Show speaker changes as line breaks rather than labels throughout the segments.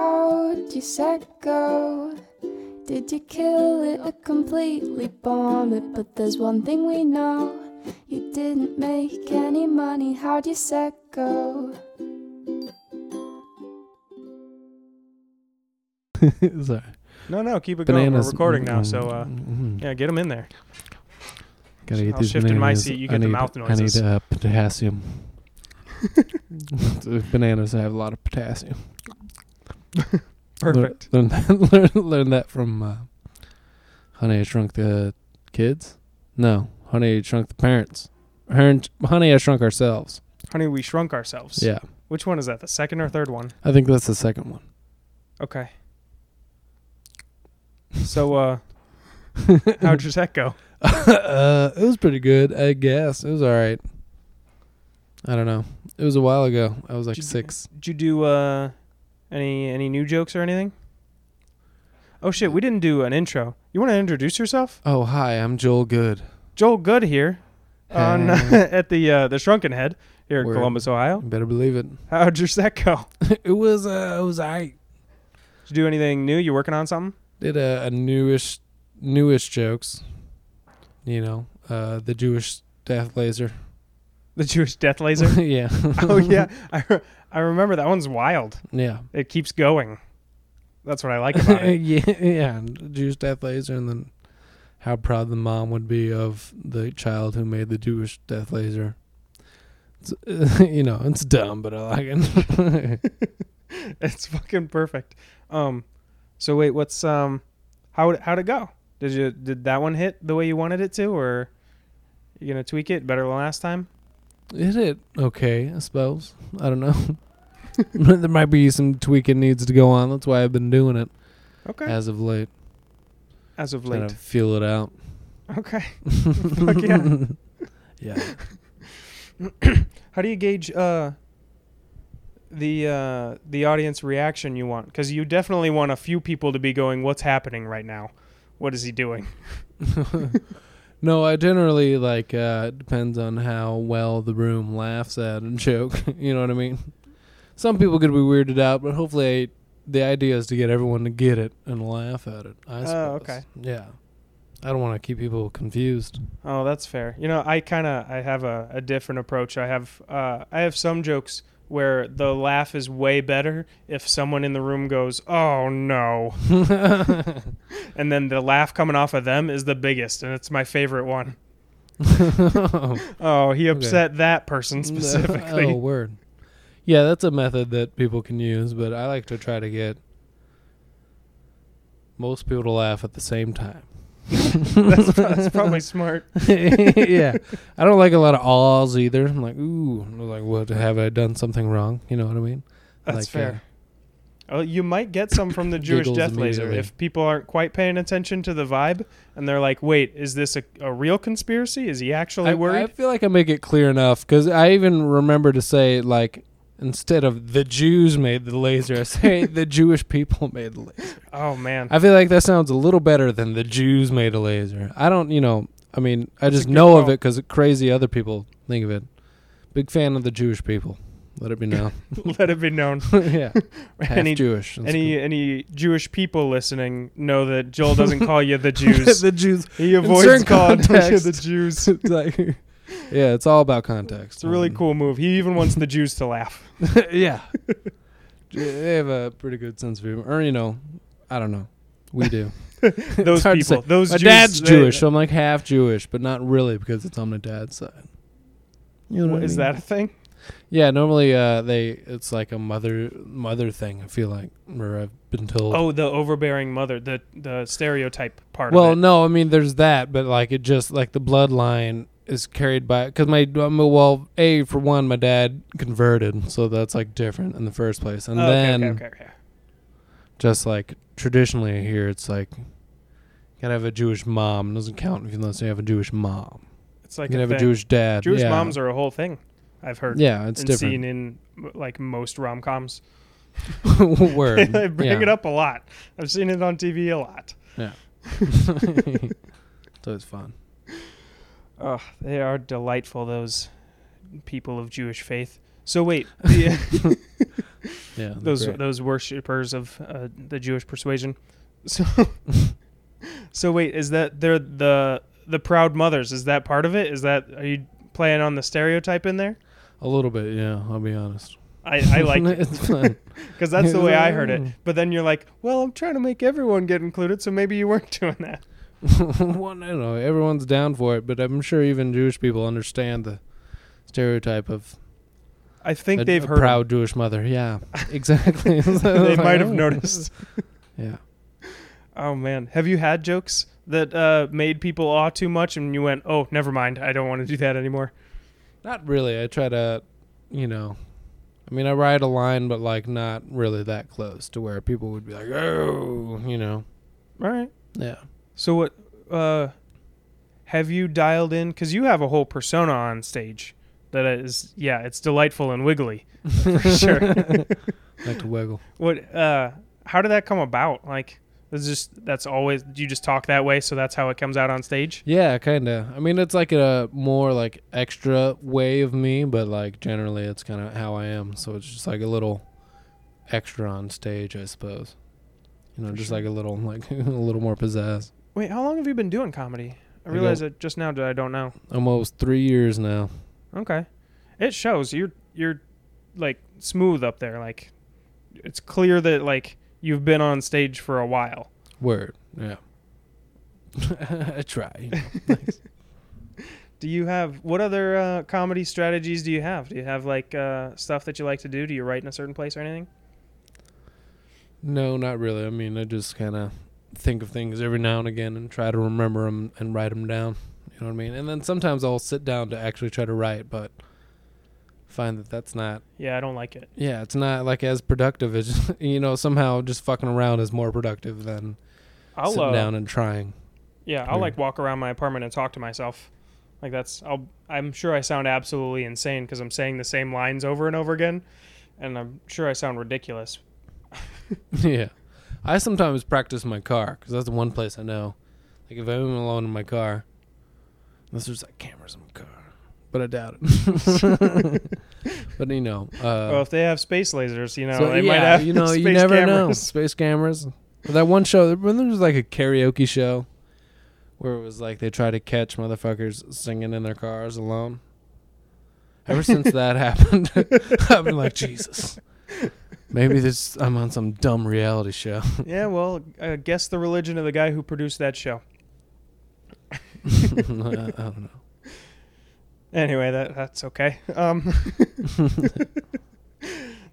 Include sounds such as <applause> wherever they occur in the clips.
How'd you set go? Did you kill it or completely bomb it? But there's one thing we know you didn't make any money. How'd you set go?
<laughs> Sorry.
No, no, keep it going.
Bananas.
We're recording now, so uh,
Mhm.
yeah, get them in there.
Gotta get
I'll
these
shift in my
bananas.
seat, you
I
get the
need-
mouth noises.
I need uh,
<laughs>
potassium. <laughs> So bananas have a lot of potassium.
Perfect.
Learn, <laughs> learn, that, learn, learn that from uh, Honey, I Shrunk the Kids? No. Honey, I Shrunk the Parents. Hern- Honey, I Shrunk Ourselves.
Honey, we shrunk ourselves.
Yeah.
Which one is that? The second or third one?
I think that's the second one.
Okay. So, uh, how'd your set go?
<laughs> uh, it was pretty good, I guess. It was all right. I don't know. It was a while ago. I was like
Did-
six.
Did you do uh, any any new jokes or anything? Oh shit, we didn't do an intro. You want to introduce yourself?
Oh, hi. I'm Joel Good.
Joel Good here on
Hey.
<laughs> at the uh, the Shrunken Head here in
Word.
Columbus, Ohio.
You better believe it.
How'd your set go?
<laughs> it was. Uh, it was I
Did you do anything new? You working on something?
did a, a newish, newish jokes. You know, uh, the Jewish death laser.
The Jewish Death
<laughs>
Laser.
yeah.
<laughs> oh
<laughs>
yeah, I re- I remember that one's wild.
Yeah.
It keeps going. That's what I like about
<laughs>
it.
yeah. Yeah. the Jewish death laser, and then how proud the mom would be of the child who made the Jewish death laser. It's, <laughs> you know, it's dumb, but I like it. <laughs>
It's fucking perfect. Um, so wait, what's um, how how'd it go? Did you did that one hit the way you wanted it to, or you gonna tweak it better than last time?
Is it okay? I suppose. I don't know. <laughs> there might be some tweaking needs to go on. That's why I've been doing it
Okay, as,
as of late.
of
Trying
late.
to feel it out. <laughs>
Okay, fuck yeah.
Yeah.
How do you gauge uh the uh the audience reaction you want? Because you definitely want a few people to be going, "What's happening right now? What is he doing?"
no, I generally like uh it depends on how well the room laughs at a <laughs> joke. you know what I mean? Some people could be weirded out, but hopefully the idea is to get everyone to get it and laugh at it. I
Oh,
suppose.
okay.
Yeah. I don't want to keep people confused. <laughs>
Oh, that's fair. You know, I kind of I have a, a different approach. I have uh, I have some jokes where the laugh is way better if someone in the room goes, "Oh no," <laughs> and then the laugh coming off of them is the biggest, and it's my favorite one.
<laughs>
<laughs> Oh, he upset that person specifically.
oh, word. Yeah, that's a method that people can use, but I like to try to get most people to laugh at the same time.
<laughs> <laughs> that's, pro- that's probably <laughs> smart.
<laughs> yeah, I don't like a lot of ahs either. I'm like, ooh, I'm like, what? Have I done something wrong? You know what I mean?
That's
Like,
fair. Oh, you might get some
<laughs>
from the Jewish
Giggles
death laser
immediately.
if people aren't quite paying attention to the vibe and they're like, "Wait, is this a, a real conspiracy? Is he actually
I,
worried?"
I feel like I make it clear enough because I even remember to say like. Instead of the Jews made the laser, I
<laughs>
say the Jewish people made the laser.
oh man,
I feel like that sounds a little better than the Jews made a laser. I don't, you know, I mean, I
That's a
just
good
know of
call.
it because crazy other people think of it. Big fan of the Jewish people. Let it be
<laughs>
known.
<laughs> let it be known.
<laughs> yeah, half
<laughs> any
Jewish. That's
any
cool.
any Jewish people listening know
<laughs>
that Joel doesn't call you the Jews.
the
<laughs>
Jews.
he avoids
certain
calling you
context. <laughs>
the Jews.
It's like- yeah, it's all about context.
It's a really
Um,
cool move. He even wants the Jews
<laughs>
to laugh.
yeah, they have a pretty good sense of humor, or you know, I don't know. We do.
Those
hard to
people,
say.
<laughs> those
My
Jews,
dad's
they-
Jewish, so I'm like half Jewish, but not really because it's on my dad's side. You
What-
what I
is
mean?
that a thing?
Yeah, normally uh, they it's like a mother mother thing. I feel like, or I've been told.
Oh, the overbearing mother, the the stereotype part.
well,
of it.
no, I mean there's that, but like it just like the bloodline is carried by because my um, well, a for one, my dad converted, so that's like different in the first place, and
Oh, okay,
then
okay, okay, okay.
just like traditionally here, it's like. Gotta have a Jewish mom. It doesn't count if- unless you have a Jewish mom.
it's like
you
a
can have a
thing.
Jewish dad.
Jewish
yeah.
moms are a whole thing. I've heard.
Yeah, it's
and seen
different.
in m- like most rom <laughs> coms.
<laughs>
<laughs>
Word.
I bring
yeah.
it up a lot. I've seen it on TV a lot.
so it's fun.
Oh, they
<laughs>
are delightful, those people of Jewish faith. So wait, the,
Yeah.
<laughs> those
Right.
those worshippers of uh, the Jewish persuasion. <laughs>
<laughs>
So, so wait, is that they're the the proud mothers? Is that part of it? Is that are you playing on the stereotype in there?
A little bit, yeah, I'll be honest.
I,
<laughs>
I like it
it's fun.
because that's the way I
<laughs>
heard it. But then you're like, well, I'm trying to make everyone get included, so maybe you weren't <laughs> doing that.
well, no, no, everyone's down for it, but I'm sure even Jewish people understand the stereotype of
I think
a,
they've
a
heard.
proud Jewish mother.
<laughs>
Yeah, exactly. <laughs> So I
they
was like,
might have
"Oh."
noticed.
<laughs> Yeah.
Oh man, have you had jokes that uh, made people awe too much, and you went, "Oh, never mind, I don't want to do that anymore."
Not really. I try to, you know, I mean, I ride a line, but like not really that close to where people would be like, oh, you know.
All right.
Yeah.
So what uh have you dialed in cuz you have a whole persona on stage that is yeah, it's delightful and wiggly <laughs> for sure.
Like to wiggle.
what uh how did that come about? Like it's just that's always you just talk that way so that's how it comes out on stage?
Yeah, kind of. I mean, it's like a more like extra way of me, but like generally it's kind of how I am. So it's just like a little extra on stage, I suppose. You know,
For
just
sure.
like a little <laughs> like a little more pizzazz.
Wait, how long have you been doing comedy? I
I
realize it just now that I don't know.
Almost 3 years now.
Okay. It shows you're you're like smooth up there like it's clear that like you've been on stage for a while.
Word. Yeah. <laughs> I try.
<laughs> Do you have what other uh, comedy strategies do you have? Do you have like uh, stuff that you like to do? Do you write in a certain place or anything?
No, not really. I mean, I just kind of think of things every now and again and try to remember them and write them down. You know what I mean? And then sometimes I'll sit down to actually try to write, but find that that's not.
Yeah, I don't like it.
Yeah, it's not like as productive as <laughs> you know. Somehow, just fucking around is more productive than
I'll
sitting
uh,
down and trying. <laughs>
yeah, I'll
Yeah.
like walk around my apartment and talk to myself. Like that's I'll I'm sure I sound absolutely insane because I'm saying the same lines over and over again, and I'm sure I sound ridiculous.
yeah, I sometimes practice my car because that's the one place I know. Like if I'm alone in my car, unless there's like cameras in my car, but I doubt it. <laughs> but you know, uh,
well, if they have space lasers, you know,
So,
they might have <laughs>
you know,
space
you never know.
cameras.
Space cameras. But that one show, when there was like a karaoke show where it was like they try to catch motherfuckers singing in their cars alone. Ever
<laughs>
since that happened, <laughs> I've been like, Jesus. Maybe this I'm on some dumb reality show. <laughs>
Yeah, well, uh, guess the religion of the guy who produced that show.
Uh, I don't know.
Anyway, that that's okay.
<laughs>
Um,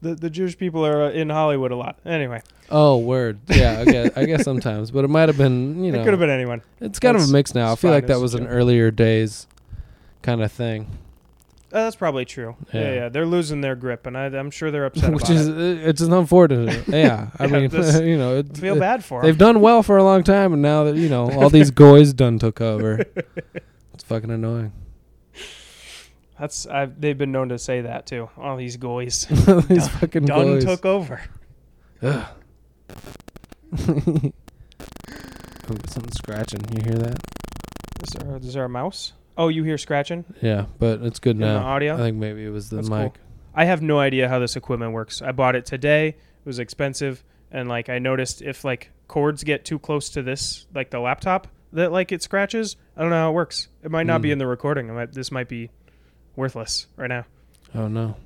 the the Jewish people are uh, in Hollywood a lot. Anyway,
Oh, word. Yeah, I guess, I guess sometimes, but it might have been, you know,
it could have been anyone.
it's kind of a
That's-
mix now. I
it's
feel
fine,
like that
it's
was
a
an
joke.
earlier days kind of thing.
Uh, that's probably true. Yeah.
Yeah.
yeah, They're losing their grip, and I, I'm sure they're
<laughs>
upset.
which
about
is
it.
uh, it's an
<laughs>
unfortunate. yeah, I
Yeah,
mean,
this-
<laughs> you know, it,
I feel bad for
uh, They've
them.
done well for a long time, and now that you know all these
<laughs>
goys done took over, it's fucking annoying. <laughs>
That's I've, they've been known to say that too. All these goys
these <laughs> fucking
done
goys.
took over.
Ugh. <laughs> Ooh, something Oh, scratching. You hear that?
Is there, is there a mouse? Oh, you hear scratching
Yeah, but it's good
in the
now. I
audio?
think maybe it was the
That's cool.
mic.
I have no idea how this equipment works. I bought it today. It was expensive, and like I noticed if like cords get too close to this, like the laptop, that like it scratches. I don't know how it works. It might not be
Mm.
in the recording. I might, this might be worthless right now.
Oh <laughs>
<laughs>
no!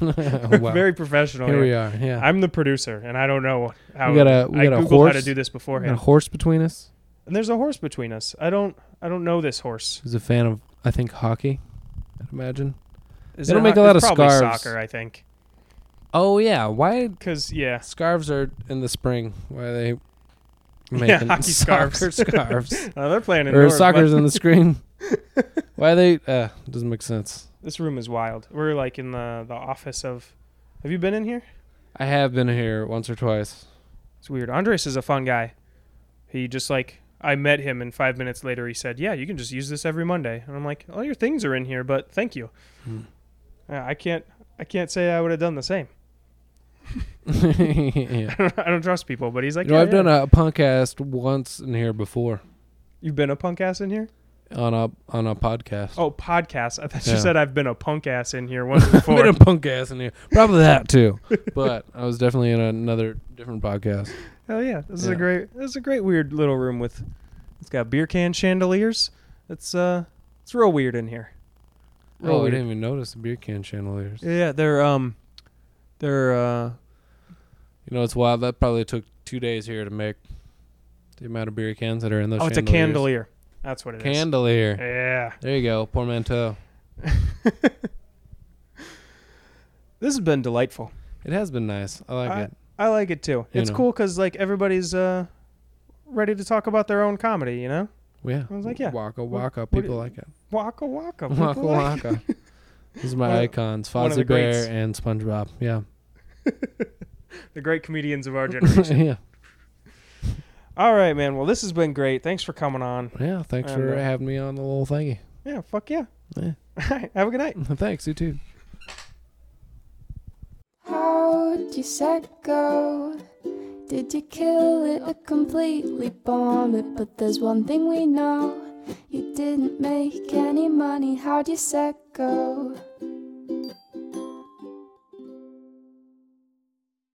We're
Oh, wow.
<laughs> Very professional.
Here
here.
we are. Yeah,
I'm the producer, and I don't know how.
We got a- we
I
got a
googled how
horse.
to do this
Got a
beforehand,
horse between us.
and there's a horse between us. I don't. I don't know this horse.
Who's a fan of I think hockey? I'd imagine.
Is
They don't
it ho-
make a lot
it's
of
probably
scarves.
Soccer, I think.
Oh yeah, why
Because yeah,
Scarves are in the spring. Why are they
<laughs>
making
hockey scarves.
soccer
<laughs>
scarves?
uh, they're playing
or
indoors.
soccer's
but
in the
<laughs>
screen. Why are they? Uh, doesn't make sense.
this room is wild. We're like in the the office of. Have you been in here?
I have been here once or twice. <laughs>
It's weird. Andres is a fun guy. He just like I met him, and five minutes later he said, "Yeah, you can just use this every Monday." And I'm like, "All your things are in here, but thank you."
Hmm.
Uh, I can't. I can't say I would have done the same. <laughs>
yeah.
I don't, I don't trust people, but he's
You
like,
know,
"Yeah,
I've
yeah."
done a podcast once in here before.
You've been a punk ass in here?
on a on a podcast.
Oh, podcast. I thought you
Yeah.
said I've been a punk ass in here
<laughs>
once
I've been
before.
a punk ass in here. Probably that too. but I was definitely in another different podcast.
<laughs> Hell yeah! This is
Yeah.
a great. This is a great weird little room with. It's got beer can chandeliers. It's uh, it's real weird in here. Real
Oh, I
weird.
didn't even notice the beer can chandeliers.
Yeah, they're um, they're uh,
You know, it's wild. That probably took two days here to make the amount of beer cans that are in those.
oh, it's a
chandeliers.
candelier. That's what it is.
Candelier.
Yeah.
There you go, portmanteau.
This has been delightful.
It has been nice. I like
I-
it.
I like it too.
You
it's
know.
cool 'cause cool because like everybody's uh, ready to talk about their own comedy. You know,
Yeah.
I was like, yeah.
Waka
What-
waka.
what
People
it-
like it.
waka <laughs> waka. people
Waka
like-
waka. <laughs> These are my
One of-
icons:
one of the
Fozzie Bear
greats.
and SpongeBob. Yeah.
The great comedians of
<laughs>
our generation.
yeah.
All right, man. Well, this has been great. Thanks for coming on.
Yeah. Thanks
And,
for
uh,
having me on the little thingy. <laughs>
Yeah. Fuck yeah.
Yeah.
<laughs> All right. Have a good night.
Thanks. You too.
How'd you set go? Did you kill it or completely bomb it? But there's one thing we know you didn't make any money. How'd you set go?